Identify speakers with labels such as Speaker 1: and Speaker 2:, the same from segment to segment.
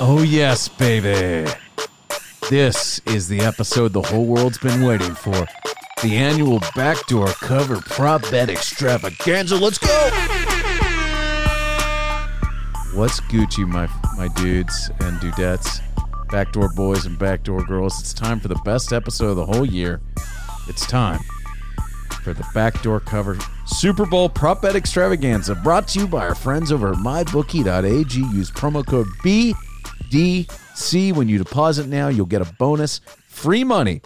Speaker 1: Oh, yes, baby. This is the episode the whole world's been waiting for. The annual backdoor cover prop bet extravaganza. Let's go! What's Gucci, my my dudes and dudettes, backdoor boys and backdoor girls? It's time for the best episode of the whole year. It's time for the backdoor cover Super Bowl prop bet extravaganza brought to you by our friends over at mybookie.ag. Use promo code BDC when you deposit now. You'll get a bonus free money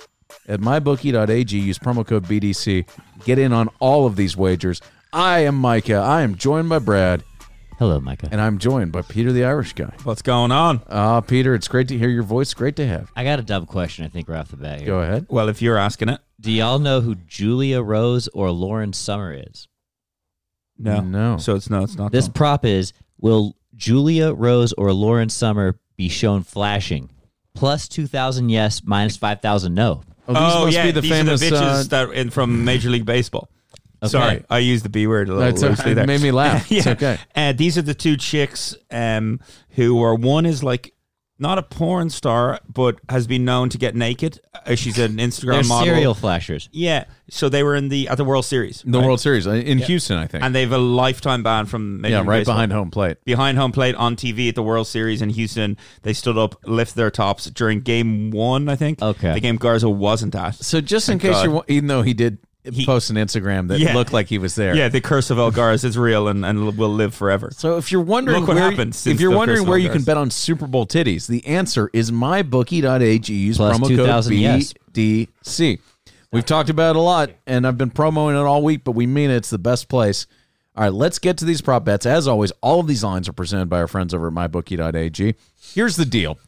Speaker 1: at mybookie.ag. Use promo code BDC. Get in on all of these wagers. I am Micah. I am joined by Brad,
Speaker 2: Hello, Micah.
Speaker 1: and I'm joined by Peter the Irish guy.
Speaker 3: What's going on?
Speaker 1: Ah, Peter, it's great to hear your voice. Great to have.
Speaker 2: I got a dumb question. I think right off the bat here.
Speaker 1: you. Go ahead.
Speaker 3: Well, if you're asking it,
Speaker 2: Do y'all know who Julia Rose or Lauren Summer is?
Speaker 3: no,
Speaker 1: No.
Speaker 3: So it's no, it's
Speaker 1: Uh-huh.
Speaker 3: not
Speaker 2: This
Speaker 3: Tom.
Speaker 2: prop is: Will Julia Rose or Lauren Summer be shown flashing? Plus two thousand yes, minus five thousand no.
Speaker 1: Oh, these must be the
Speaker 3: these
Speaker 1: famous.
Speaker 3: are the bitches
Speaker 1: uh,
Speaker 3: that in, from Major League Baseball. Sorry, I used the B word a little
Speaker 1: that's
Speaker 3: loosely
Speaker 1: okay.
Speaker 3: there.
Speaker 1: It made me laugh. It's okay.
Speaker 3: Uh, these are the two chicks um, who are one is like not a porn star, but has been known to get naked. Uh, she's an Instagram
Speaker 2: They're
Speaker 3: model.
Speaker 2: serial flashers.
Speaker 3: Yeah, so they were in the at the World Series,
Speaker 1: The
Speaker 3: right?
Speaker 1: World Series uh, in Houston, I think.
Speaker 3: and they have a lifetime ban from Major
Speaker 1: yeah,
Speaker 3: League
Speaker 1: right
Speaker 3: Baseball.
Speaker 1: behind home plate.
Speaker 3: behind home plate on TV at the World Series in Houston. They stood up, lifted their tops during game one, I think.
Speaker 2: Okay.
Speaker 3: The game Garza wasn't at.
Speaker 1: So just in case
Speaker 3: God.
Speaker 1: you're, wa- even though he did post an Instagram that
Speaker 3: Yeah.
Speaker 1: looked like he was there.
Speaker 3: Yeah, the curse of El Garza is real and, and will live forever.
Speaker 1: So if you're wondering
Speaker 3: Look what
Speaker 1: where,
Speaker 3: happened since
Speaker 1: if you're
Speaker 3: the
Speaker 1: wondering
Speaker 3: Crystal
Speaker 1: where you can
Speaker 3: Bears.
Speaker 1: bet on Super Bowl titties, the answer is mybookie.ag. Use
Speaker 2: Plus
Speaker 1: promo E
Speaker 2: 2,000 yes.
Speaker 1: code BDC. We've talked about it a lot, and I've been promoting it all week, but we mean it. it's the best place. All right, let's get to these prop bets. As always, all of these lines are presented by our friends over at mybookie.ag. Here's the deal.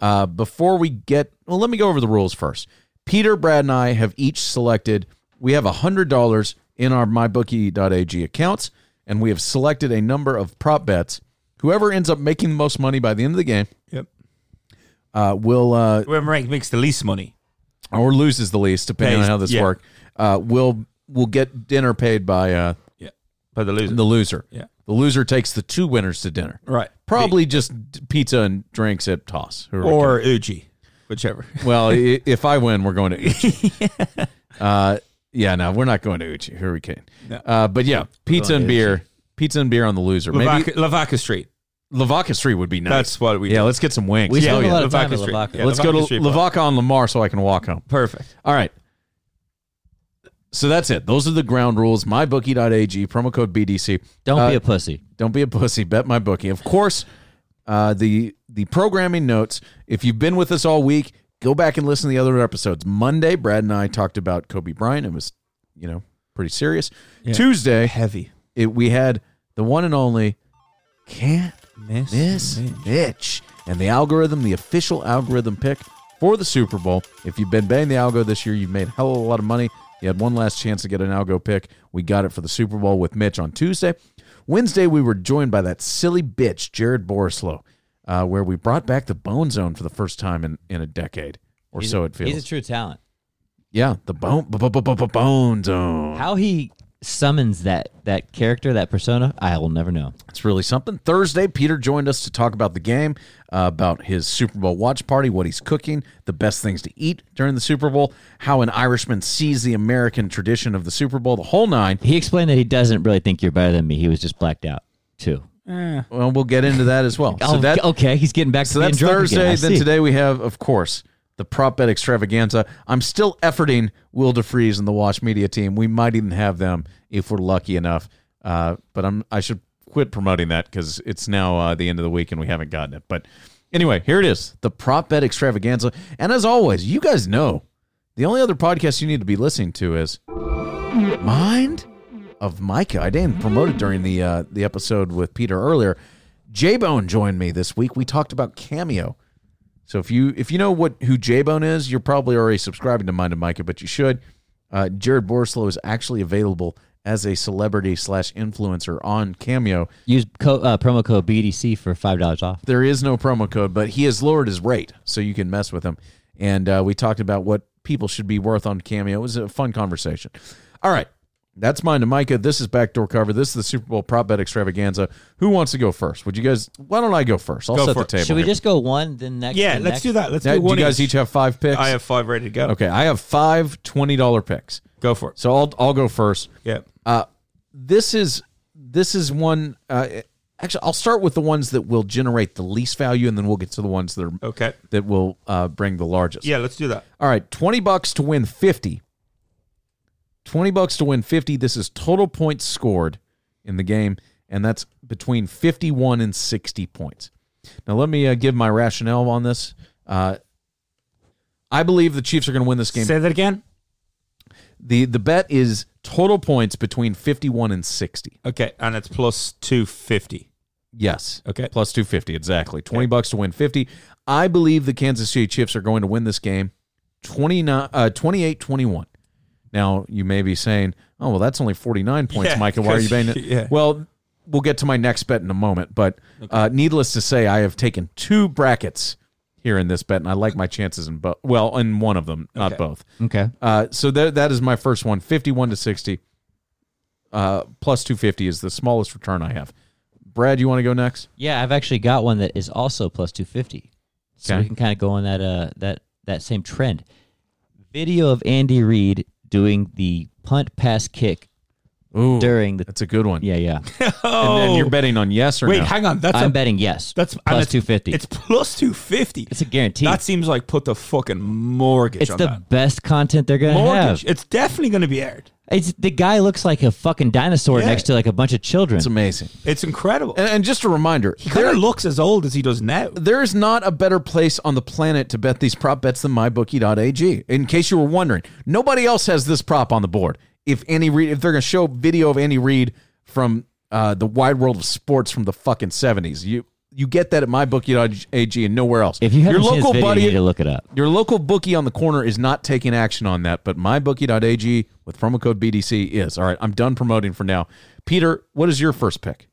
Speaker 1: Uh, before we get, well, let me go over the rules first. Peter, Brad, and I have each selected, we have $100 in our mybookie.ag accounts, and we have selected a number of prop bets. Whoever ends up making the most money by the end of the game
Speaker 3: Yep.
Speaker 1: uh, will uh,
Speaker 3: Whoever rank makes the least money.
Speaker 1: or loses the least, depending
Speaker 3: Pays-
Speaker 1: on how this
Speaker 3: yeah.
Speaker 1: works, uh, will will get dinner paid by uh,
Speaker 3: Yeah. By the loser.
Speaker 1: the loser.
Speaker 3: Yeah.
Speaker 1: The loser takes the two winners to dinner.
Speaker 3: right.
Speaker 1: Probably just d- pizza and drinks at Toss. Who are we
Speaker 3: Or Uji. Whichever.
Speaker 1: kidding? well, i- if I win, we're going to Uchi. uh, yeah, no, we're not going to Uchi. Who are we kidding? Uh, but yeah, pizza
Speaker 2: going
Speaker 1: and
Speaker 2: to Uchi.
Speaker 1: beer. Pizza and beer on the loser. Maybe
Speaker 3: Lavaca, Lavaca Street.
Speaker 1: Lavaca Street would be nice.
Speaker 3: That's what we
Speaker 1: yeah,
Speaker 3: do.
Speaker 1: let's get some wings.
Speaker 2: We
Speaker 1: Oh,
Speaker 2: spend a
Speaker 1: yeah.
Speaker 2: lot of time
Speaker 3: Lavaca
Speaker 2: at
Speaker 3: Street.
Speaker 2: Lavaca.
Speaker 3: Yeah.
Speaker 1: let's go
Speaker 3: Lavaca
Speaker 1: to
Speaker 3: Street
Speaker 1: Lavaca on Lamar so I can walk home.
Speaker 3: Perfect.
Speaker 1: All right. So that's it. Those are the ground rules. MyBookie.ag, promo code BDC.
Speaker 2: Don't
Speaker 1: Uh,
Speaker 2: be a pussy.
Speaker 1: Don't be a pussy. Bet my bookie. Of course, uh, the the programming notes. If you've been with us all week, go back and listen to the other episodes. Monday, Brad and I talked about Kobe Bryant. It was, you know, pretty serious. Tuesday,
Speaker 3: Heavy.
Speaker 1: it, we had the one and only can't
Speaker 3: Miss
Speaker 1: miss Mitch and the algorithm, the official algorithm pick for the Super Bowl. If you've been betting the algo this year, you've made a hell of a lot of money. You had one last chance to get an algo pick. We got it for the Super Bowl with Mitch on Tuesday. Wednesday, we were joined by that silly bitch, Jared Borislow, uh, where we brought back the Bone Zone for the first time in, in a decade or so, it feels.
Speaker 2: He's a true talent.
Speaker 1: yeah, the Bone, bu- bu- bu- bu- bone Zone.
Speaker 2: How he summons that that character, that persona, I will never know.
Speaker 1: It's really something. Thursday, Peter joined us to talk about the game, uh, about his Super Bowl watch party, what he's cooking, the best things to eat during the Super Bowl, how an Irishman sees the American tradition of the Super Bowl, the whole nine.
Speaker 2: He explained that he doesn't really think you're better than me. He was just blacked out too.
Speaker 1: Well, we'll get into that as well. So
Speaker 2: oh,
Speaker 1: that-
Speaker 2: okay, he's getting back
Speaker 1: So
Speaker 2: to being
Speaker 1: that's
Speaker 2: drunk
Speaker 1: Thursday.
Speaker 2: Again. I
Speaker 1: Then
Speaker 2: see.
Speaker 1: today we have, of course, the prop bet extravaganza. I'm still efforting Will DeFries and the Watch Media team. We might even have them if we're lucky enough. Uh, but I'm I should quit promoting that because it's now uh, the end of the week and we haven't gotten it. But anyway, here it is, the prop bet extravaganza. And as always, you guys know the only other podcast you need to be listening to is Mind of Micah. I didn't promote it during the uh, the episode with Peter earlier. J Bone joined me this week. We talked about Cameo. So if you if you know what who J Bone is, you're probably already subscribing to Mind of Micah, but you should. Uh, Jared Borslow is actually available as a celebrity slash influencer on Cameo.
Speaker 2: Use co- uh, promo code BDC for five dollars off.
Speaker 1: There is no promo code, but he has lowered his rate, so you can mess with him. And uh, we talked about what people should be worth on Cameo. It was a fun conversation. All right, That's mine to Micah. This is backdoor cover. This is the Super Bowl prop bet extravaganza. Who wants to go first? Would you guys? Why don't I go first? I'll
Speaker 3: Go
Speaker 1: set the
Speaker 3: for it.
Speaker 1: table.
Speaker 2: Should we
Speaker 1: here.
Speaker 2: just go one, then next?
Speaker 3: Yeah,
Speaker 2: then
Speaker 3: let's
Speaker 2: next?
Speaker 3: do that. Let's
Speaker 1: Now,
Speaker 3: do
Speaker 1: do you
Speaker 3: one.
Speaker 1: guys each have five picks?
Speaker 3: I have five ready to go.
Speaker 1: Okay, I have five $20 picks.
Speaker 3: Go for it.
Speaker 1: So I'll I'll go first.
Speaker 3: Yeah.
Speaker 1: Uh, this is this is one. Uh, actually, I'll start with the ones that will generate the least value, and then we'll get to the ones that are
Speaker 3: Okay.
Speaker 1: that will uh, bring the largest.
Speaker 3: Yeah, let's do that.
Speaker 1: All right, twenty bucks to win fifty. Twenty bucks to win fifty. This is total points scored in the game, and that's between fifty-one and sixty points. Now, let me uh, give my rationale on this. Uh, I believe the Chiefs are going to win this game
Speaker 3: Say that again.
Speaker 1: the the bet is total points between 51 and 60.
Speaker 3: Okay, and it's plus two fifty.
Speaker 1: Yes.
Speaker 3: Okay.
Speaker 1: Plus 250 exactly. 20 bucks to win 50. I believe the Kansas City Chiefs are going to win this game 29 uh 28-21. Now, you may be saying, "Oh, well that's only 49 points,
Speaker 3: Yeah,
Speaker 1: Micah. Why are you
Speaker 3: 'cause-
Speaker 1: betting it?"
Speaker 3: yeah.
Speaker 1: Well, we'll get to my next bet in a moment, but uh, needless to say, I have taken two brackets here in this bet and I like my chances in both. Well, in one of them, not
Speaker 3: Okay.
Speaker 1: both.
Speaker 2: Okay.
Speaker 1: Uh, so that that is my first one, 51 to 60. Uh, plus 250 is the smallest return I have. Brad, you want to go next?
Speaker 2: Yeah, I've actually got one that is also plus two fifty. So
Speaker 1: Okay.
Speaker 2: we can kind of go on that uh that that same trend. Video of Andy Reid doing the punt pass kick
Speaker 1: Ooh,
Speaker 2: during the
Speaker 1: that's a good one.
Speaker 2: yeah yeah.
Speaker 3: Oh,
Speaker 1: And then you're betting on yes or
Speaker 3: wait,
Speaker 1: no.
Speaker 3: hang on. That's
Speaker 2: I'm
Speaker 3: a,
Speaker 2: betting yes.
Speaker 3: that's and
Speaker 2: plus
Speaker 3: it's-
Speaker 2: two fifty.
Speaker 3: It's
Speaker 2: It's,
Speaker 3: plus two fifty.
Speaker 2: a guarantee.
Speaker 3: That seems like put the fucking mortgage
Speaker 2: it's
Speaker 3: on
Speaker 2: the
Speaker 3: that.
Speaker 2: best content they're gonna
Speaker 3: Mortgage.
Speaker 2: have.
Speaker 3: It's definitely going to be aired.
Speaker 2: It's the guy looks like a fucking dinosaur
Speaker 3: Yeah.
Speaker 2: next to like a bunch of children.
Speaker 1: It's amazing.
Speaker 3: It's incredible.
Speaker 2: Uh,
Speaker 1: And, and just a reminder,
Speaker 3: he kind
Speaker 1: there,
Speaker 3: of looks as old as he does now.
Speaker 1: there is not a better place on the planet to bet these prop bets than mybookie.ag. In case you were wondering, nobody else has this prop on the board. If Andy Reid, if they're going to show video of Andy Reid from uh, the wide world of sports from the fucking 70s, you you get that at mybookie.ag and nowhere else.
Speaker 2: if you
Speaker 1: your
Speaker 2: haven't seen
Speaker 1: local
Speaker 2: this video,
Speaker 1: buddy
Speaker 2: you need to look it up.
Speaker 1: Your local bookie on the corner is not taking action on that, but mybookie.ag with promo code BDC is. All right, I'm done promoting for now. Peter, what is your first pick?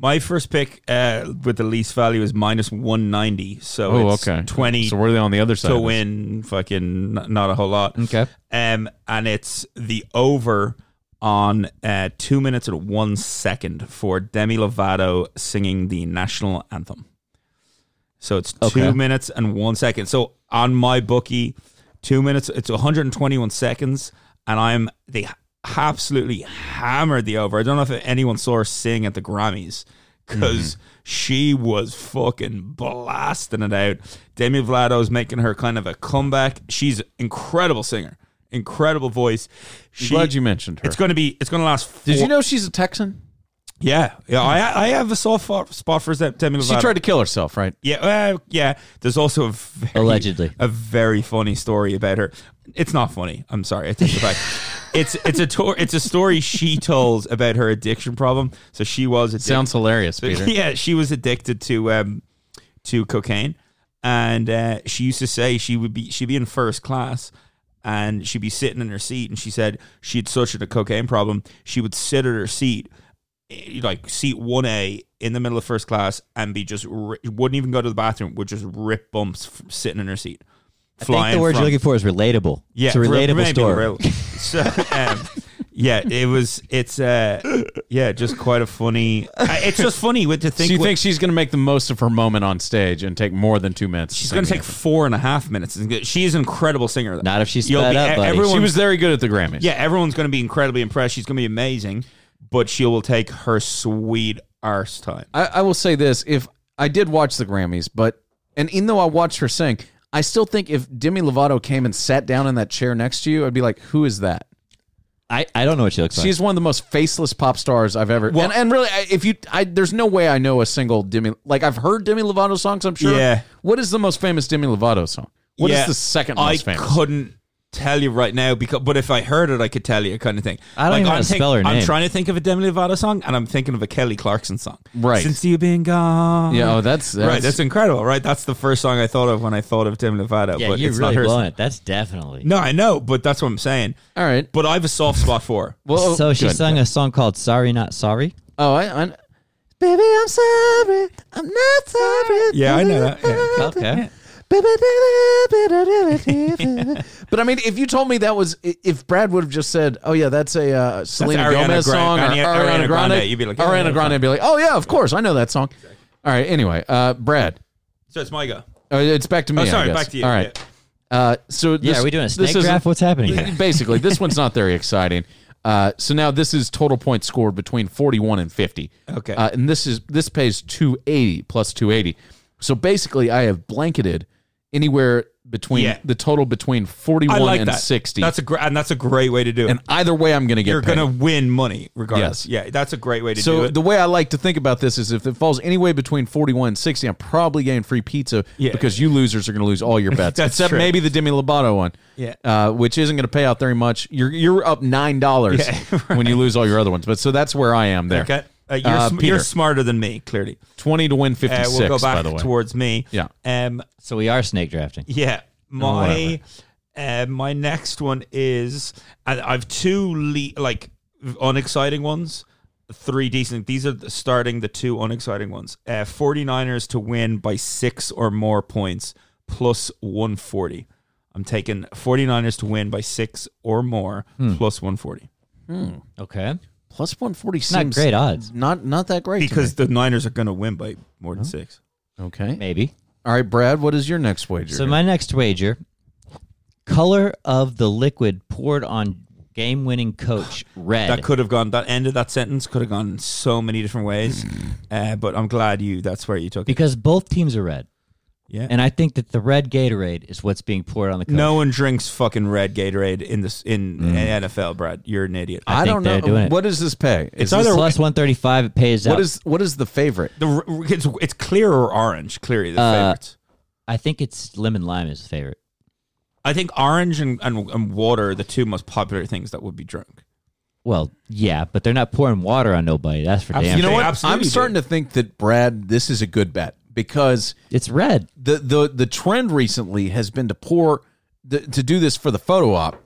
Speaker 3: My first pick uh, with the least value is minus one ninety. So
Speaker 2: Oh,
Speaker 3: it's twenty
Speaker 1: Oh, So we're on the other side.
Speaker 3: to
Speaker 1: of this.
Speaker 3: win. Fucking n- not a whole lot.
Speaker 2: Okay.
Speaker 3: Um, and it's the over on uh, two minutes and one second for Demi Lovato singing the national anthem. So it's
Speaker 2: Okay.
Speaker 3: two minutes and one second. So on my bookie, two minutes, it's 121 seconds, and I'm they absolutely hammered the over. I don't know if anyone saw her sing at the Grammys because
Speaker 1: Mm-hmm.
Speaker 3: she was fucking blasting it out. Demi Lovato's making her kind of a comeback. She's an incredible singer, incredible voice. She,
Speaker 1: Glad you mentioned her.
Speaker 3: It's gonna be. It's gonna last. Four,
Speaker 1: Did you know she's a Texan?
Speaker 3: Yeah, yeah. I I have a soft fo- spot for Demi Lovato.
Speaker 1: She tried to kill herself, right?
Speaker 3: Yeah, uh, yeah. There's also a very,
Speaker 2: Allegedly.
Speaker 3: a very funny story about her. It's not funny. I'm sorry. I take it back. it's it's a tor- it's a story she tells about her addiction problem. So she was addicted.
Speaker 1: Sounds hilarious,
Speaker 3: So-
Speaker 1: Peter.
Speaker 3: Yeah, she was addicted to um, to cocaine, and uh, she used to say she would be she'd be in first class, and she'd be sitting in her seat, and she said she had such a cocaine problem, she would sit at her seat, eh, like seat one A in the middle of first class, and be just ri- wouldn't even go to the bathroom, would just rip bumps from sitting in her seat.
Speaker 2: I think the word
Speaker 3: from-
Speaker 2: you're looking for is relatable.
Speaker 3: yeah,
Speaker 2: it's a
Speaker 3: re-
Speaker 2: relatable
Speaker 3: maybe
Speaker 2: story.
Speaker 3: real. So, um, yeah, it was. It's uh, yeah, just quite a funny. I- It's just funny with to think.
Speaker 1: so you
Speaker 3: what-
Speaker 1: think she's going to make the most of her moment on stage and take more than two minutes?
Speaker 3: she's going to take four and a half minutes? It's good. She's an incredible singer. though.
Speaker 2: Not if she's
Speaker 3: You'll
Speaker 2: sped
Speaker 3: be-
Speaker 2: up,
Speaker 3: e-
Speaker 2: buddy.
Speaker 3: everyone-
Speaker 1: She was very good at the Grammys.
Speaker 3: yeah, everyone's going to be incredibly impressed. She's going to be amazing, but she will take her sweet arse time.
Speaker 1: I, I will say this: if I did watch the Grammys, but and even though I watched her sing, I still think if Demi Lovato came and sat down in that chair next to you, I'd be like, "Who is that?"
Speaker 2: I, I don't know what she looks like.
Speaker 1: She's one of the most faceless pop stars I've ever. and, and really, I, if you, I, there's no way I know a single Demi. Like I've heard Demi Lovato songs, I'm sure.
Speaker 3: Yeah.
Speaker 1: What is the most famous Demi Lovato song? What is
Speaker 3: Yeah,
Speaker 1: the second
Speaker 3: I
Speaker 1: most famous?
Speaker 3: couldn't tell you right now because, but if I heard it, I could tell you kind of thing.
Speaker 2: I don't even know how
Speaker 3: I'm
Speaker 2: to spell her
Speaker 3: I'm
Speaker 2: name.
Speaker 3: trying to think of a Demi Lovato song, and I'm thinking of a Kelly Clarkson song.
Speaker 1: Right.
Speaker 3: Since you've been gone.
Speaker 1: yeah, oh, that's, that's
Speaker 3: right, that's incredible, right? That's the first song I thought of when I thought of Demi Lovato.
Speaker 2: yeah,
Speaker 3: but
Speaker 2: you're
Speaker 3: it's
Speaker 2: really
Speaker 3: not her
Speaker 2: blowing it. That's definitely.
Speaker 3: No, I know, but that's what I'm saying.
Speaker 1: all right.
Speaker 3: But I have a soft spot for her.
Speaker 1: Well,
Speaker 2: so she
Speaker 1: good.
Speaker 2: sung a song called "Sorry Not Sorry."
Speaker 1: Oh, I, I, baby, I'm sorry. I'm not sorry.
Speaker 3: Yeah, I know that. Yeah.
Speaker 2: Okay,
Speaker 1: but I mean, if you told me that was i- if Brad would have just said, "Oh yeah, that's a uh, Selena
Speaker 3: Ariana
Speaker 1: Gomez
Speaker 3: Grande-
Speaker 1: song," or
Speaker 3: Ariana-
Speaker 1: Ariana,
Speaker 3: Ariana
Speaker 1: Grande,
Speaker 3: Grande," you'd be like, "Yeah,
Speaker 1: Ariana
Speaker 3: yeah,
Speaker 1: Grande, would be like, "Oh yeah, of course, I know that song." All right. Anyway, uh, Brad,
Speaker 3: So it's my go.
Speaker 1: uh, it's back to me.
Speaker 3: Oh,
Speaker 1: I
Speaker 3: sorry,
Speaker 1: guess.
Speaker 3: back to you.
Speaker 1: All right. Uh, so
Speaker 2: Yeah,
Speaker 1: this-
Speaker 2: are we doing a
Speaker 1: this
Speaker 2: snake
Speaker 1: isn't-
Speaker 2: draft? What's happening? here?
Speaker 1: Basically, this one's not very exciting. Uh, so now this is total points scored between 41 and 50.
Speaker 3: Okay.
Speaker 1: Uh, and this is this pays 280 plus 280. So basically, I have blanketed anywhere between
Speaker 3: Yeah.
Speaker 1: the total between
Speaker 3: I
Speaker 1: 41
Speaker 3: like
Speaker 1: and
Speaker 3: that.
Speaker 1: 60.
Speaker 3: That's a gr- and that's a great way to do it.
Speaker 1: and either way, I'm going to get
Speaker 3: You're
Speaker 1: paid.
Speaker 3: gonna win money regardless. Yeah, that's a great way to do
Speaker 1: so
Speaker 3: it.
Speaker 1: the way I like to think about this is if it falls anywhere between 41 and 60, I'm probably getting free pizza
Speaker 3: Yeah.
Speaker 1: because you losers are going to lose all your bets.
Speaker 3: That's
Speaker 1: except
Speaker 3: true.
Speaker 1: maybe the Demi Lovato one.
Speaker 3: Yeah.
Speaker 1: Uh, which isn't going to pay out very much. You're you're up $9
Speaker 3: Yeah,
Speaker 1: when you lose all your other ones. But so that's where I am there.
Speaker 3: okay, uh, you're,
Speaker 1: Uh,
Speaker 3: sm- you're
Speaker 1: Peter.
Speaker 3: smarter than me. Clearly,
Speaker 1: 20 to win
Speaker 3: uh,
Speaker 1: 56
Speaker 3: we'll go
Speaker 1: by
Speaker 3: back
Speaker 1: the way.
Speaker 3: towards me.
Speaker 1: Yeah.
Speaker 3: Um.
Speaker 2: So we are snake drafting.
Speaker 3: Yeah. My. Uh, my next one is and I've two le- like unexciting ones, three decent. These are the- starting the two unexciting ones. Uh, 49ers to win by six or more points plus 140. I'm taking 49ers to win by six or more
Speaker 1: Hmm.
Speaker 3: plus 140.
Speaker 2: Okay.
Speaker 1: Plus 140 seems
Speaker 2: Not great odds.
Speaker 1: Not not that great to
Speaker 3: Because the Niners are going to win by more than six.
Speaker 1: me. okay.
Speaker 2: Maybe.
Speaker 1: All right, Brad, what is your next wager?
Speaker 2: So my next wager: color of the liquid poured on game-winning coach red.
Speaker 3: That could have gone. That end of that sentence could have gone so many different ways. Uh, but I'm glad you. That's where you took it.
Speaker 2: because both teams are red,
Speaker 3: Yeah.
Speaker 2: and I think that the red Gatorade is what's being poured on the coach.
Speaker 3: no one drinks fucking red Gatorade in this in NFL, Brad. You're an idiot.
Speaker 1: Mm. I,
Speaker 2: I think
Speaker 1: don't know
Speaker 2: they're doing it.
Speaker 1: what does this pay? Is
Speaker 3: It's
Speaker 1: this-
Speaker 3: either-
Speaker 2: plus one thirty-five. It pays
Speaker 1: what
Speaker 2: out.
Speaker 1: is what is the favorite?
Speaker 3: the r- r- it's, it's clear or orange.
Speaker 1: Uh,
Speaker 3: Clearly the favorites.
Speaker 2: I think it's lemon lime is the favorite.
Speaker 3: I think orange and, and, and water are the two most popular things that would be drunk.
Speaker 2: Well, yeah, but they're not pouring water on nobody. That's for damn.
Speaker 1: you know
Speaker 3: They
Speaker 1: what?
Speaker 3: absolutely
Speaker 1: I'm starting
Speaker 3: do.
Speaker 1: to think that Brad, this is a good bet because
Speaker 2: it's red.
Speaker 1: the the the trend recently has been to pour the, to do this for the photo op.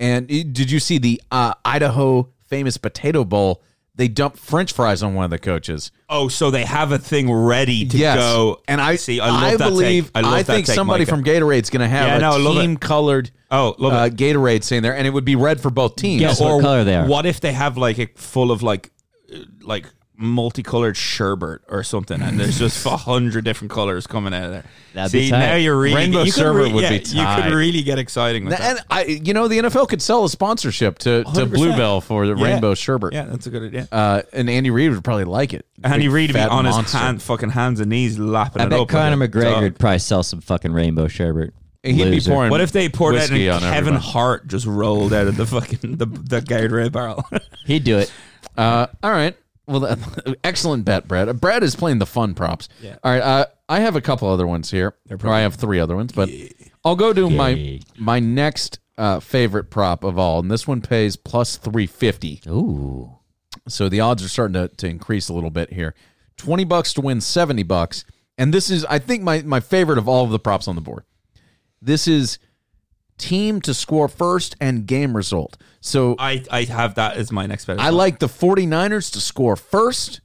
Speaker 1: And it- did you see the uh, Idaho famous potato bowl? They dumped French fries on one of the coaches.
Speaker 3: Oh, so they have a thing ready to
Speaker 1: yes.
Speaker 3: go.
Speaker 1: And I
Speaker 3: see. I love that
Speaker 1: believe
Speaker 3: take. I, love that
Speaker 1: think
Speaker 3: take,
Speaker 1: somebody
Speaker 3: Micah.
Speaker 1: from Garade's going to have
Speaker 3: Yeah,
Speaker 1: a
Speaker 3: no, I love it.
Speaker 1: team colored
Speaker 3: Oh, love
Speaker 1: uh, Gatorade saying there, and it would be red for both teams.
Speaker 2: Guess what color they are?
Speaker 3: What if they have like a full of like uh, like multicolored sherbet or something, and there's just a hundred different colors coming out of there.
Speaker 2: That'd
Speaker 3: See,
Speaker 2: be tight.
Speaker 3: now you're really
Speaker 1: Rainbow
Speaker 3: you could
Speaker 1: sherbet
Speaker 3: re-
Speaker 1: would
Speaker 3: yeah,
Speaker 1: be
Speaker 3: You
Speaker 1: tight.
Speaker 3: could really get exciting with that.
Speaker 1: And I, you know, the NFL could sell a sponsorship to, to
Speaker 3: 100%.
Speaker 1: Bluebell for the
Speaker 3: Yeah.
Speaker 1: Rainbow Sherbet.
Speaker 3: Yeah, that's a good idea.
Speaker 1: Uh, and Andy Reid would probably like it.
Speaker 3: Andy
Speaker 1: Big
Speaker 3: Reid would be
Speaker 1: fat
Speaker 3: on his
Speaker 1: monster.
Speaker 3: hand, fucking hands and knees lapping
Speaker 2: I
Speaker 3: it
Speaker 2: bet
Speaker 3: up. like a
Speaker 2: Conor McGregor
Speaker 3: dog.
Speaker 2: would probably sell some fucking rainbow sherbet.
Speaker 1: And He'd
Speaker 2: Loser.
Speaker 1: be pouring.
Speaker 3: What if they poured it
Speaker 1: whiskey
Speaker 3: and
Speaker 1: on
Speaker 3: Kevin
Speaker 1: everybody?
Speaker 3: Hart just rolled out of the fucking the the Gatorade barrel?
Speaker 2: He'd do it.
Speaker 1: Uh, all right. Well, that, excellent bet, Brad. Brad is playing the fun props.
Speaker 3: Yeah.
Speaker 1: All right. Uh, I have a couple other ones here. Or I have three other ones, but I'll go to my
Speaker 2: Yeah.
Speaker 1: my next uh, favorite prop of all, and this one pays plus three fifty.
Speaker 2: Ooh.
Speaker 1: So the odds are starting to, to increase a little bit here. 20 bucks to win 70 bucks. And this is, I think, my, my favorite of all of the props on the board. This is team to score first and game result. So I,
Speaker 3: I I have that as my next bet. as well.
Speaker 1: like the 49ers to score first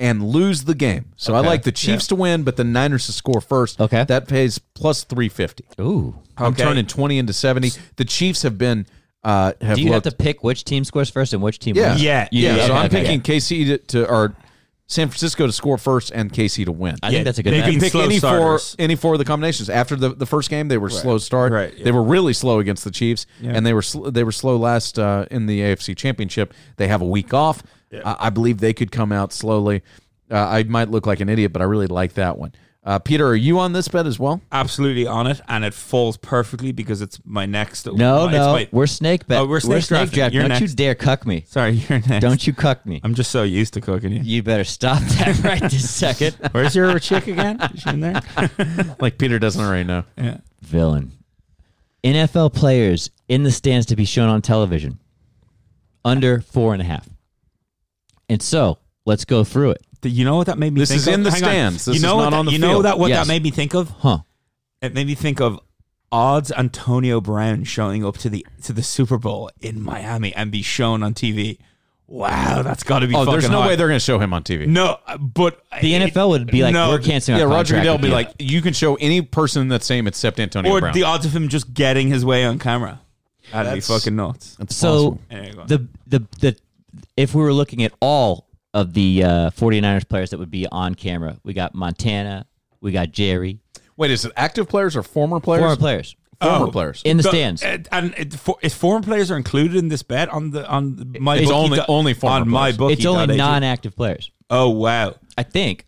Speaker 1: and lose the game. So I like the Chiefs to win, but the Niners to score first.
Speaker 2: Okay.
Speaker 1: That pays plus 350.
Speaker 2: Ooh.
Speaker 1: I'm
Speaker 3: Okay.
Speaker 1: turning 20 into 70. The Chiefs have been, uh, have
Speaker 2: Do you
Speaker 1: looked
Speaker 2: have to pick which team scores first and which team
Speaker 1: Yeah.
Speaker 2: wins?
Speaker 3: Yeah.
Speaker 1: Yeah,
Speaker 3: Yeah,
Speaker 1: so
Speaker 2: okay,
Speaker 1: I'm
Speaker 2: okay.
Speaker 1: picking KC to, to or San Francisco to score first and KC to win.
Speaker 2: I
Speaker 3: Yeah,
Speaker 2: think that's a good
Speaker 3: they've
Speaker 2: bet.
Speaker 3: been-
Speaker 1: Pick
Speaker 3: Slow
Speaker 1: any
Speaker 3: starters.
Speaker 1: four any four of the combinations. After the, the first game, they were slow start.
Speaker 3: Right, yeah.
Speaker 1: They were really slow against the Chiefs, and they were sl- they were slow last uh, in the AFC Championship. They have a week off. I, I believe they could come out slowly. Uh, I might look like an idiot, but I really like that one. Uh, Peter, are you on this bet as well?
Speaker 3: absolutely on it, and it falls perfectly because it's my next.
Speaker 2: No,
Speaker 3: it's
Speaker 2: no.
Speaker 3: my-
Speaker 2: we're snake bet.
Speaker 3: Oh, we're snake drafting.
Speaker 2: draft.
Speaker 3: You're
Speaker 2: Don't you
Speaker 3: next.
Speaker 2: dare cuck me.
Speaker 3: sorry, you're next.
Speaker 2: Don't you cuck me.
Speaker 3: I'm just so used to cooking you.
Speaker 2: You better stop that right this second.
Speaker 3: Where's your chick again? Is she in there?
Speaker 1: Like Peter doesn't already know.
Speaker 3: yeah.
Speaker 2: Villain. NFL players in the stands to be shown on television under four and a half. And so let's go through it.
Speaker 3: Do You know what that made me
Speaker 1: This
Speaker 3: think
Speaker 1: is
Speaker 3: of?
Speaker 1: in the
Speaker 3: Hang on.
Speaker 1: stands. This
Speaker 3: you
Speaker 1: is not
Speaker 3: know what that,
Speaker 1: on the
Speaker 3: You know
Speaker 1: field.
Speaker 3: that what
Speaker 2: Yes.
Speaker 3: that made me think of?
Speaker 2: Huh.
Speaker 3: It made me think of odds Antonio Brown showing up to the to the Super Bowl in Miami and be shown on TV. wow, that's got to be.
Speaker 1: Oh,
Speaker 3: fucking
Speaker 1: there's no
Speaker 3: hot.
Speaker 1: way they're going to show him on TV.
Speaker 3: No, but
Speaker 2: The NFL would be like,
Speaker 3: No.
Speaker 2: we're canceling
Speaker 1: yeah,
Speaker 2: our
Speaker 1: Roger
Speaker 2: contract
Speaker 1: Goodell
Speaker 2: with
Speaker 1: be
Speaker 2: you.
Speaker 1: like, you can show any person that's same except Antonio
Speaker 3: or
Speaker 1: Brown.
Speaker 3: the odds of him just getting his way on camera. That'd
Speaker 1: That's-
Speaker 3: be fucking nuts.
Speaker 1: That's
Speaker 2: So
Speaker 1: possible.
Speaker 3: Anyway, go on.
Speaker 2: the, the the if we were looking at all of the uh, 49ers players that would be on camera, we got Montana, we got Jerry,
Speaker 1: wait, is it active players or former players?
Speaker 2: former players
Speaker 1: Former
Speaker 3: Oh.
Speaker 1: players.
Speaker 2: in the
Speaker 3: The-
Speaker 2: stands.
Speaker 3: and, uh, and it, for, if foreign players are included in this bet on the on the- my
Speaker 1: It's
Speaker 3: bookie
Speaker 1: only-
Speaker 3: dot-
Speaker 1: only foreign
Speaker 3: on my
Speaker 1: players.
Speaker 3: bookie.
Speaker 2: It's only
Speaker 3: dot AG.
Speaker 2: non-active players.
Speaker 3: Oh wow!
Speaker 2: I think.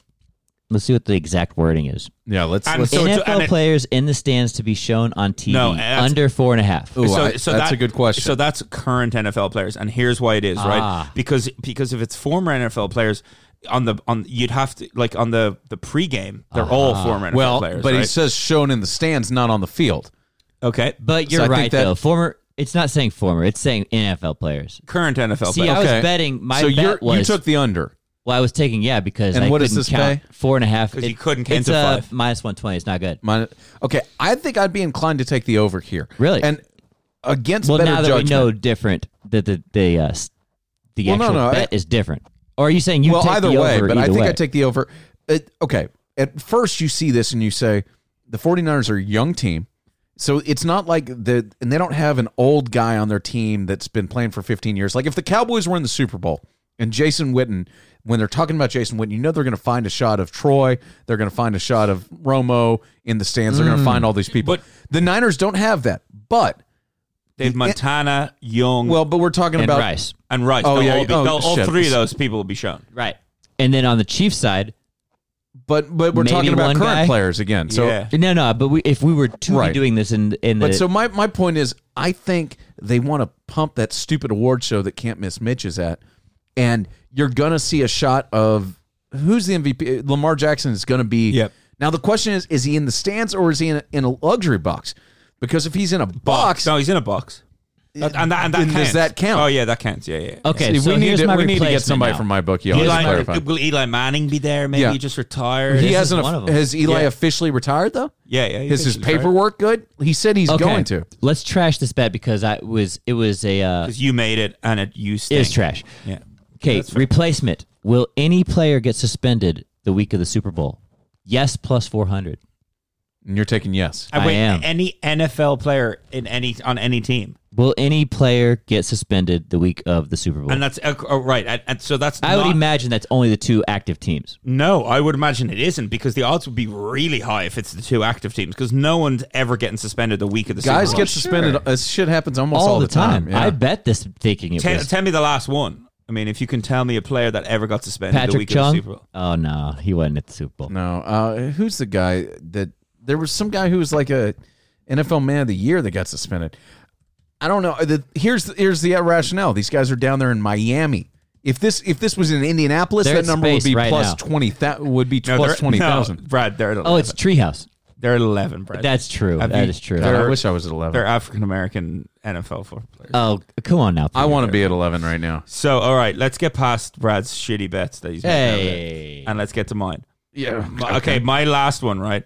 Speaker 2: Let's see what the exact wording is.
Speaker 1: yeah, let's.
Speaker 3: And
Speaker 1: let's
Speaker 3: So it's-
Speaker 2: NFL
Speaker 3: and it-
Speaker 2: players in the stands to be shown on TV
Speaker 3: No, that's-
Speaker 2: under four and a half.
Speaker 1: Ooh, I- that's a good question.
Speaker 3: So that's current NFL players, and here's why it is
Speaker 2: Ah.
Speaker 3: right because because if it's former NFL players on the on you'd have to like on the the pregame they're all former
Speaker 1: Ah.
Speaker 3: NFL
Speaker 1: well,
Speaker 3: players.
Speaker 1: but uh, he
Speaker 3: right?
Speaker 1: says shown in the stands, not on the field.
Speaker 3: okay,
Speaker 2: But you're
Speaker 1: I think
Speaker 2: right
Speaker 1: that-
Speaker 2: though. Former. It's not saying former. It's saying NFL players.
Speaker 3: current NFL
Speaker 2: See,
Speaker 3: players.
Speaker 2: I was
Speaker 1: Oh, Okay.
Speaker 2: betting. My
Speaker 1: so
Speaker 2: bet
Speaker 1: you're, you
Speaker 2: was
Speaker 1: took the under.
Speaker 2: well. I was taking yeah because
Speaker 1: And
Speaker 2: I
Speaker 1: what does
Speaker 2: couldn't
Speaker 1: this
Speaker 2: count
Speaker 1: pay?
Speaker 2: four and a half
Speaker 3: 'Cause you
Speaker 2: It-
Speaker 3: couldn't count
Speaker 2: it's,
Speaker 3: to
Speaker 2: uh,
Speaker 3: five.
Speaker 2: minus one twenty. It's not good.
Speaker 1: Mine, okay, I think I'd be inclined to take the over here.
Speaker 2: Really?
Speaker 1: And against
Speaker 2: Well,
Speaker 1: better
Speaker 2: now that
Speaker 1: judgment.
Speaker 2: we know different that the the uh, s- the
Speaker 1: Well, no,
Speaker 2: actual
Speaker 1: no, I-
Speaker 2: bet is different. Or are you saying you
Speaker 1: well,
Speaker 2: take
Speaker 1: either
Speaker 2: the
Speaker 1: way,
Speaker 2: over
Speaker 1: but I
Speaker 2: either
Speaker 1: think
Speaker 2: way?
Speaker 1: I take the over. It, okay, at first you see this and you say the 49ers are a young team. So it's not like the and they don't have an old guy on their team that's been playing for 15 years. Like if the Cowboys were in the Super Bowl and Jason Witten, when they're talking about Jason Witten, you know they're going to find a shot of Troy, they're going to find a shot of Romo in the stands, they're going to find all these people.
Speaker 3: But-
Speaker 1: the Niners don't have that. But
Speaker 3: They've Montana, Young,
Speaker 1: well, but we're talking
Speaker 2: and
Speaker 1: about
Speaker 2: Rice.
Speaker 3: and Rice.
Speaker 1: Oh,
Speaker 3: They'll
Speaker 1: yeah,
Speaker 3: all, be,
Speaker 1: oh,
Speaker 3: they'll- all
Speaker 1: shit.
Speaker 3: three of those people will be shown.
Speaker 2: Right. And then on the Chiefs side,
Speaker 1: but but we're
Speaker 2: Maybe
Speaker 1: talking about
Speaker 2: one
Speaker 1: current
Speaker 2: guy.
Speaker 1: players again. So
Speaker 3: Yeah.
Speaker 2: no, no. But we, if we were to
Speaker 1: Right.
Speaker 2: be doing this in in the
Speaker 1: But so my, my point is, I think they want to pump that stupid award show that Can't Miss Mitch is at, and you're gonna see a shot of who's the MVP. Lamar Jackson is gonna be.
Speaker 3: Yep.
Speaker 1: Now the question is, is he in the stands or is he in a, in a luxury box? Because if he's in a box,
Speaker 3: No, he's in a box. That- and that, and that
Speaker 1: Then does
Speaker 3: counts.
Speaker 1: that count?
Speaker 3: Oh yeah, that counts. Yeah, yeah.
Speaker 2: okay,
Speaker 1: See,
Speaker 2: so
Speaker 1: we need
Speaker 2: here's
Speaker 1: to,
Speaker 2: my
Speaker 1: we need to get
Speaker 2: replacement
Speaker 1: somebody
Speaker 2: now.
Speaker 1: from my bookie. on this
Speaker 3: Eli,
Speaker 1: clarify.
Speaker 3: will Eli Manning be there? Maybe
Speaker 1: Yeah.
Speaker 3: he just retired.
Speaker 1: he
Speaker 2: is
Speaker 1: hasn't.
Speaker 2: one of them.
Speaker 1: Has Eli
Speaker 3: Yeah.
Speaker 1: officially retired though?
Speaker 3: yeah, yeah. he
Speaker 1: Is his
Speaker 3: thinks he's
Speaker 1: paperwork good? He said he's
Speaker 2: Okay.
Speaker 1: going to.
Speaker 2: Let's trash this bet because I was it was a uh,
Speaker 3: Because you made it and it you
Speaker 2: it
Speaker 3: stink.
Speaker 2: is trash.
Speaker 3: Yeah.
Speaker 2: Okay, replacement. Will any player get suspended the week of the Super Bowl? Yes, plus four hundred.
Speaker 1: And you're taking yes.
Speaker 3: And
Speaker 2: I am.
Speaker 3: Any NFL player in any on any team,
Speaker 2: Will any player get suspended the week of the Super Bowl?
Speaker 3: and that's uh, oh, right. And, and so that's
Speaker 2: I would
Speaker 3: not-
Speaker 2: imagine that's only the two active teams.
Speaker 3: no. I would imagine it isn't because the odds would be really high if it's the two active teams because no one's ever getting suspended the week of the
Speaker 1: Guys
Speaker 3: Super Bowl.
Speaker 1: get suspended. This shit happens almost all,
Speaker 2: All, the time.
Speaker 1: Yeah.
Speaker 2: I bet this thinking it
Speaker 3: Tell,
Speaker 2: was
Speaker 3: tell me the last one. I mean, if you can tell me a player that ever got suspended the
Speaker 2: Patrick
Speaker 3: week
Speaker 2: Chung.
Speaker 3: of the Super Bowl.
Speaker 2: Oh no, he wasn't at the Super Bowl.
Speaker 1: No. Uh, who's the guy that there was some guy who was like a NFL man of the year that got suspended. I don't know. The, here's here's the rationale. These guys are down there in Miami. If this if this was in Indianapolis,
Speaker 2: They're
Speaker 1: that
Speaker 2: in
Speaker 1: number would
Speaker 2: space
Speaker 1: be
Speaker 2: right
Speaker 1: plus
Speaker 2: now.
Speaker 1: twenty. That would be
Speaker 3: No,
Speaker 1: plus
Speaker 3: they're-
Speaker 1: twenty thousand.
Speaker 3: No, Brad, they're at 11.
Speaker 2: Oh, it's Treehouse.
Speaker 3: they're at 11, Brad.
Speaker 2: That's true. That
Speaker 3: Have
Speaker 2: is
Speaker 3: you-
Speaker 2: true.
Speaker 3: They're-
Speaker 1: I wish I was at
Speaker 3: they're
Speaker 1: eleven.
Speaker 3: African American NFL football players.
Speaker 2: Oh, come on now.
Speaker 1: I want to be at eleven right now.
Speaker 3: So, all right, let's get past Brad's shitty bets that he's making
Speaker 2: Hey.
Speaker 3: over there, and let's get to mine.
Speaker 1: Yeah.
Speaker 3: My- Okay. my last one, right,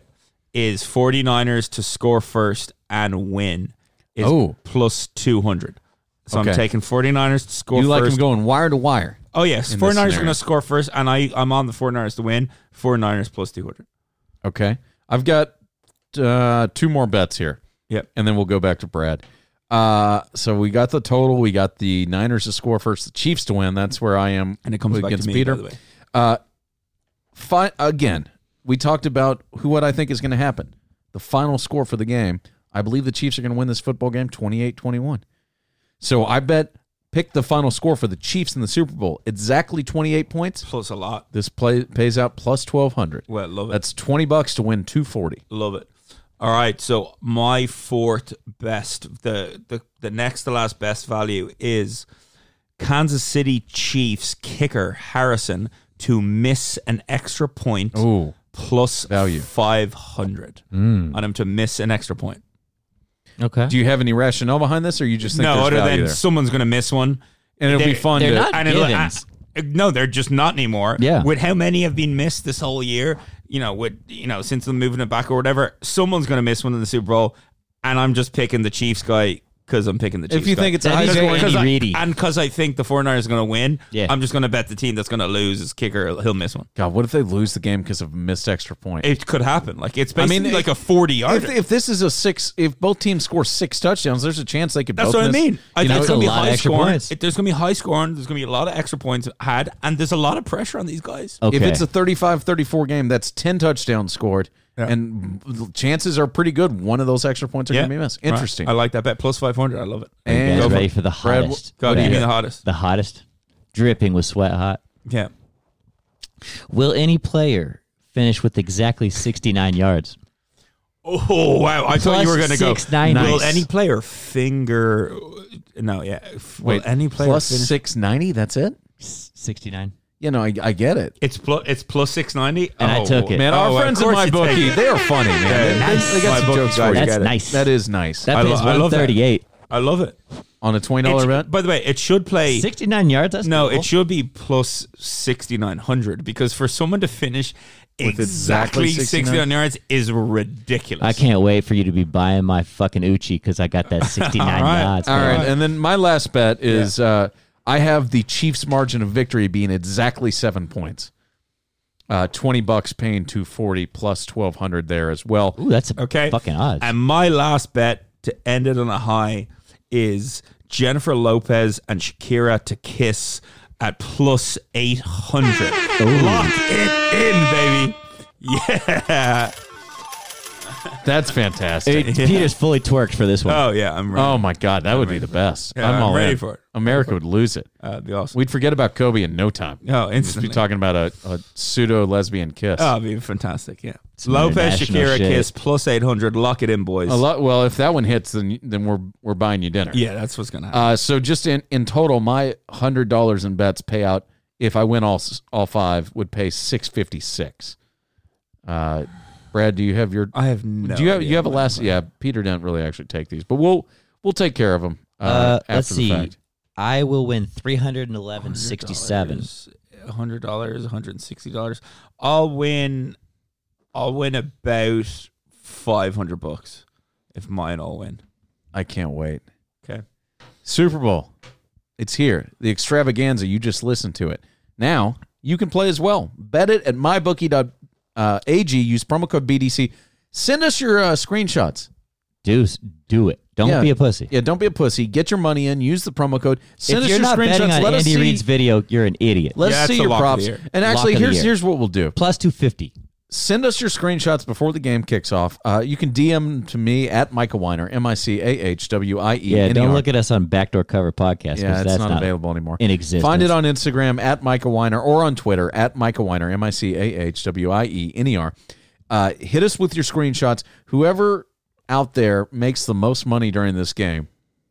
Speaker 3: is 49ers to score first and win is
Speaker 1: Oh.
Speaker 3: plus 200. So
Speaker 1: Okay.
Speaker 3: I'm taking 49ers to score
Speaker 1: You like
Speaker 3: first.
Speaker 1: them going wire to wire.
Speaker 3: oh, yes,
Speaker 1: in this
Speaker 3: 49ers are going
Speaker 1: scenario.
Speaker 3: to score first, and I, I'm on the 49ers to win. 49ers plus 200.
Speaker 1: Okay. I've got uh, two more bets here.
Speaker 3: Yep.
Speaker 1: and then we'll go back to Brad. Uh, so we got the total. We got the Niners to score first, the Chiefs to win. That's where I am.
Speaker 3: And it comes back
Speaker 1: against
Speaker 3: to me,
Speaker 1: Peter.
Speaker 3: by the way.
Speaker 1: Fi- again, we talked about who what I think is going to happen. The final score for the game. I believe the Chiefs are going to win this football game 28-21. So I bet pick the final score for the Chiefs in the Super Bowl. Exactly 28 points.
Speaker 3: Plus a lot.
Speaker 1: This play pays out plus 1200.
Speaker 3: Well, love it.
Speaker 1: That's 20 bucks to win 240.
Speaker 3: Love it. All right, so my fourth best, the the the next to last best value is Kansas City Chiefs kicker Harrison to miss an extra point
Speaker 1: Ooh.
Speaker 3: plus
Speaker 1: Value. Mm.
Speaker 3: five hundred on him to miss an extra point.
Speaker 2: Okay.
Speaker 1: Do you have any rationale behind this or you just think
Speaker 3: No,
Speaker 1: there's
Speaker 3: other
Speaker 1: value
Speaker 3: than
Speaker 1: there?
Speaker 3: someone's going to miss one,
Speaker 1: and it'll be
Speaker 3: they're-
Speaker 1: fun
Speaker 2: they're
Speaker 1: to
Speaker 2: not
Speaker 3: and it'll, uh,
Speaker 2: Givens.
Speaker 3: no, they're just not anymore.
Speaker 2: Yeah.
Speaker 3: with how many have been missed this whole year? You know, with you know since the moving it back or whatever, someone's going to miss one in the Super Bowl, and I'm just picking the Chiefs guy because I'm picking the Chiefs.
Speaker 1: you
Speaker 3: guy.
Speaker 1: think it's a
Speaker 2: That
Speaker 1: high
Speaker 2: means
Speaker 1: score-
Speaker 2: we're in
Speaker 3: Because
Speaker 2: Andy
Speaker 3: I-
Speaker 2: Reedy.
Speaker 3: and because I think the 49ers are going to win,
Speaker 2: Yeah.
Speaker 3: I'm just going to bet the team that's going to lose is kicker. He'll miss one.
Speaker 1: God, what if they lose the game because of a missed extra point?
Speaker 3: It could happen. Like it's
Speaker 1: I mean,
Speaker 3: basically like
Speaker 1: if-
Speaker 3: a 40 yard.
Speaker 1: if, if this is a six, if both teams score six touchdowns, there's a chance they could.
Speaker 3: That's
Speaker 1: both
Speaker 3: what I
Speaker 1: miss.
Speaker 3: mean. I
Speaker 1: You
Speaker 3: think
Speaker 1: know,
Speaker 2: That's
Speaker 3: it's gonna
Speaker 2: a
Speaker 3: be
Speaker 2: lot of
Speaker 3: high
Speaker 2: extra
Speaker 3: scoring.
Speaker 2: points.
Speaker 3: It- there's going to be high scoring. There's going to be a lot of extra points had, and there's a lot of pressure on these guys.
Speaker 2: Okay.
Speaker 1: If it's a 35-34 game, that's ten touchdowns scored, and chances are pretty good one of those extra points are
Speaker 3: Yeah.
Speaker 1: going to be missed.
Speaker 3: Right.
Speaker 1: Interesting.
Speaker 3: I like that bet. Plus 500. I love it.
Speaker 2: Are you
Speaker 1: And-
Speaker 2: guys
Speaker 1: Go for
Speaker 2: ready
Speaker 1: it.
Speaker 2: for the
Speaker 1: Brad,
Speaker 2: hottest?
Speaker 3: God,
Speaker 2: bet?
Speaker 3: you mean the hottest?
Speaker 2: The hottest, dripping with sweat hot.
Speaker 3: Yeah.
Speaker 2: Will any player finish with exactly 69 yards?
Speaker 3: Oh wow! I thought
Speaker 2: Plus
Speaker 3: you were going to go.
Speaker 2: 690.
Speaker 3: Will
Speaker 2: Nice.
Speaker 3: any player finger? No, yeah. F- Will
Speaker 1: Wait,
Speaker 3: any player
Speaker 1: plus
Speaker 3: finish?
Speaker 1: six ninety? That's it.
Speaker 2: S- 69.
Speaker 1: You know, I, I get it.
Speaker 3: It's plus. It's plus six ninety.
Speaker 2: And I took it.
Speaker 1: Man,
Speaker 3: Oh,
Speaker 1: our
Speaker 3: of
Speaker 1: friends in
Speaker 3: course
Speaker 1: my
Speaker 3: you take
Speaker 1: bookie,
Speaker 3: it.
Speaker 1: they are funny, man.
Speaker 3: Yeah,
Speaker 1: They-
Speaker 2: nice.
Speaker 1: They, they got
Speaker 3: My
Speaker 1: some
Speaker 3: bookie
Speaker 1: jokes for you.
Speaker 2: That's
Speaker 1: Got it.
Speaker 2: nice.
Speaker 1: That is nice.
Speaker 2: That
Speaker 3: I
Speaker 2: pays
Speaker 3: lo- I love that.
Speaker 2: 138.
Speaker 3: I love it.
Speaker 1: On a twenty
Speaker 3: It's-
Speaker 1: dollar bet,
Speaker 3: By the way, it should play.
Speaker 2: 69 yards? That's
Speaker 3: no,
Speaker 2: doable.
Speaker 3: it should be plus sixty nine hundred because for someone to finish
Speaker 1: exactly
Speaker 3: exactly
Speaker 1: 69
Speaker 3: sixty nine yards is ridiculous.
Speaker 2: I can't wait for you to be buying my fucking Uchi because I got that 69
Speaker 3: right.
Speaker 2: yards.
Speaker 1: All
Speaker 2: man.
Speaker 1: right, and then my last bet is uh, I have the Chiefs' margin of victory being exactly seven points. Uh, Twenty bucks paying two forty plus twelve hundred there as well.
Speaker 2: Ooh, that's a
Speaker 3: Okay.
Speaker 2: fucking odds.
Speaker 3: And my last bet to end it on a high is Jennifer Lopez and Shakira to kiss at plus 800. Lock it in, baby. Yeah.
Speaker 1: That's fantastic.
Speaker 2: Peter's fully twerked for this one.
Speaker 3: Oh, yeah. I'm ready.
Speaker 1: Oh my god, that would be the best.
Speaker 3: Yeah,
Speaker 1: I'm
Speaker 3: I'm
Speaker 1: all
Speaker 3: ready
Speaker 1: in.
Speaker 3: for it.
Speaker 1: America would lose it.
Speaker 3: Uh, it'd be awesome.
Speaker 1: We'd forget about Kobe in no time.
Speaker 3: oh,
Speaker 1: Just be
Speaker 3: instantly.
Speaker 1: talking about a, a pseudo lesbian kiss.
Speaker 3: Oh, it'd be fantastic. Yeah.
Speaker 2: some
Speaker 3: Lopez,
Speaker 2: international
Speaker 3: Shakira
Speaker 2: shit.
Speaker 3: kiss plus 800. Lock it in, boys.
Speaker 1: a lot. Well, if that one hits, then then we're we're buying you dinner.
Speaker 3: Yeah, that's what's going to happen.
Speaker 1: Uh, so just in, in total, my hundred dollars in bets payout if I win all s- all five would pay six fifty six. Uh, Brad, do you have your?
Speaker 3: I have no.
Speaker 1: do you have
Speaker 3: idea
Speaker 1: you have a
Speaker 3: what
Speaker 1: last?
Speaker 3: I'm
Speaker 1: Yeah, Peter didn't really actually take these, but we'll we'll take care of them. Uh,
Speaker 2: Uh,
Speaker 1: after
Speaker 2: let's
Speaker 1: the
Speaker 2: see.
Speaker 1: fact.
Speaker 2: I will win
Speaker 3: playing.
Speaker 2: $311.67.
Speaker 3: $100, $160. I'll win I'll win about 500 bucks if mine all win.
Speaker 1: I can't wait.
Speaker 3: Okay.
Speaker 1: Super Bowl, it's here. The extravaganza. You just listened to it. Now you can play as well. Bet it at mybookie.ag. Uh, AG. use promo code BDC. Send us your uh, screenshots.
Speaker 2: Do, s- do it. Don't
Speaker 1: Yeah.
Speaker 2: be a pussy.
Speaker 1: Yeah, don't be a pussy. Get your money in. Use the promo code. Send
Speaker 2: if
Speaker 1: us
Speaker 2: you're
Speaker 1: your
Speaker 2: not betting
Speaker 1: screenshots.
Speaker 2: on
Speaker 1: Let us
Speaker 2: Andy
Speaker 1: see.
Speaker 2: Reid's video, you're an idiot.
Speaker 1: let's
Speaker 3: Yeah, it's
Speaker 1: see
Speaker 3: the
Speaker 1: your
Speaker 3: lock of
Speaker 1: props.
Speaker 3: the year.
Speaker 1: And actually,
Speaker 2: Lock of the
Speaker 1: here's
Speaker 2: year.
Speaker 1: here's what we'll do.
Speaker 2: Plus 250.
Speaker 1: Send us your screenshots before the game kicks off. Uh, you can DM to me at Michael Weiner. M I C A H W I E.
Speaker 2: Yeah, don't look at us on Backdoor Cover Podcast because
Speaker 1: Yeah, it's
Speaker 2: that's
Speaker 1: not, available anymore.
Speaker 2: in existence.
Speaker 1: Find it on Instagram at Micah Weiner or on Twitter at Micah Weiner, M I C A H W I E N E R. Uh, hit us with your screenshots. Whoever out there makes the most money during this game,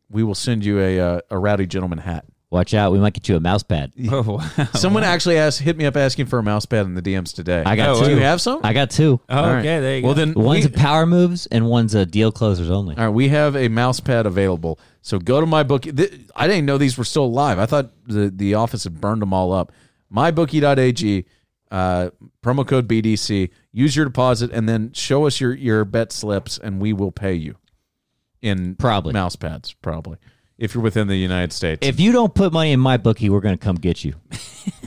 Speaker 1: we will send you a, uh, a rowdy gentleman hat.
Speaker 2: Watch out. We might get you a mouse pad.
Speaker 3: Oh, wow.
Speaker 1: Someone actually asked, hit me up asking for a mouse pad in the DMs today.
Speaker 2: I got
Speaker 3: Oh,
Speaker 2: two.
Speaker 1: Do you have some?
Speaker 2: I got two.
Speaker 3: Oh,
Speaker 1: All right.
Speaker 3: Okay, there you
Speaker 1: well,
Speaker 3: go.
Speaker 1: then
Speaker 2: One's
Speaker 1: we,
Speaker 2: a power moves and one's a deal closers only.
Speaker 1: all right, we have a mouse pad available. So go to my book. Th- I didn't know these were still alive. I thought the the office had burned them all up. MyBookie.ag, uh, promo code BDC. Use your deposit and then show us your your bet slips, and we will pay you in
Speaker 2: Probably.
Speaker 1: mouse pads. Probably if you're within the United States.
Speaker 2: If you don't put money in my bookie, we're going to come get you.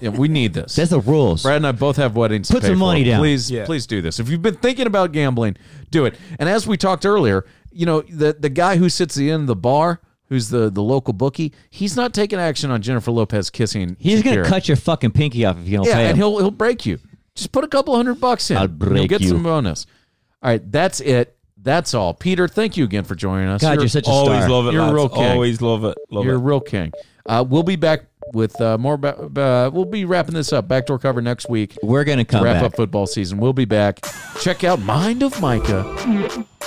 Speaker 1: Yeah, we need this.
Speaker 2: That's the rules.
Speaker 1: Brad and I both have weddings. to
Speaker 2: Put
Speaker 1: pay
Speaker 2: some
Speaker 1: for.
Speaker 2: money down.
Speaker 1: Please,
Speaker 3: Yeah.
Speaker 1: please do this. If you've been thinking about gambling, do it. And as we talked earlier, you know the the guy who sits at the end of the bar, who's the the local bookie, he's not taking action on Jennifer Lopez kissing.
Speaker 2: He's going
Speaker 1: Shakira.
Speaker 2: to cut your fucking pinky off if you don't
Speaker 1: Yeah,
Speaker 2: pay him.
Speaker 1: and he'll he'll break you. Just put a couple hundred bucks in.
Speaker 2: I'll
Speaker 1: and You'll
Speaker 2: break
Speaker 1: get
Speaker 2: you.
Speaker 1: some bonus. All right, that's it. That's all. Peter, thank you again for joining us.
Speaker 2: God, you're such a
Speaker 3: always
Speaker 2: star.
Speaker 3: love it.
Speaker 1: You're a
Speaker 3: lads.
Speaker 1: real king.
Speaker 3: Always love it. Love
Speaker 1: You're a
Speaker 3: it.
Speaker 1: real king. Uh, we'll be back with uh, more. Ba- uh, we'll be wrapping this up. Backdoor cover next week.
Speaker 2: We're going to come
Speaker 1: wrap
Speaker 2: back.
Speaker 1: up football season. We'll be back. Check out Mind of Micah,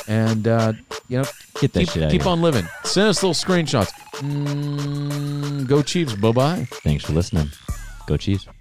Speaker 1: and uh, you know,
Speaker 2: Get that
Speaker 1: keep,
Speaker 2: shit out of
Speaker 1: keep
Speaker 2: here.
Speaker 1: on living. Send us little screenshots. Mm, go Chiefs! Bye bye.
Speaker 2: Thanks for listening. Go Chiefs.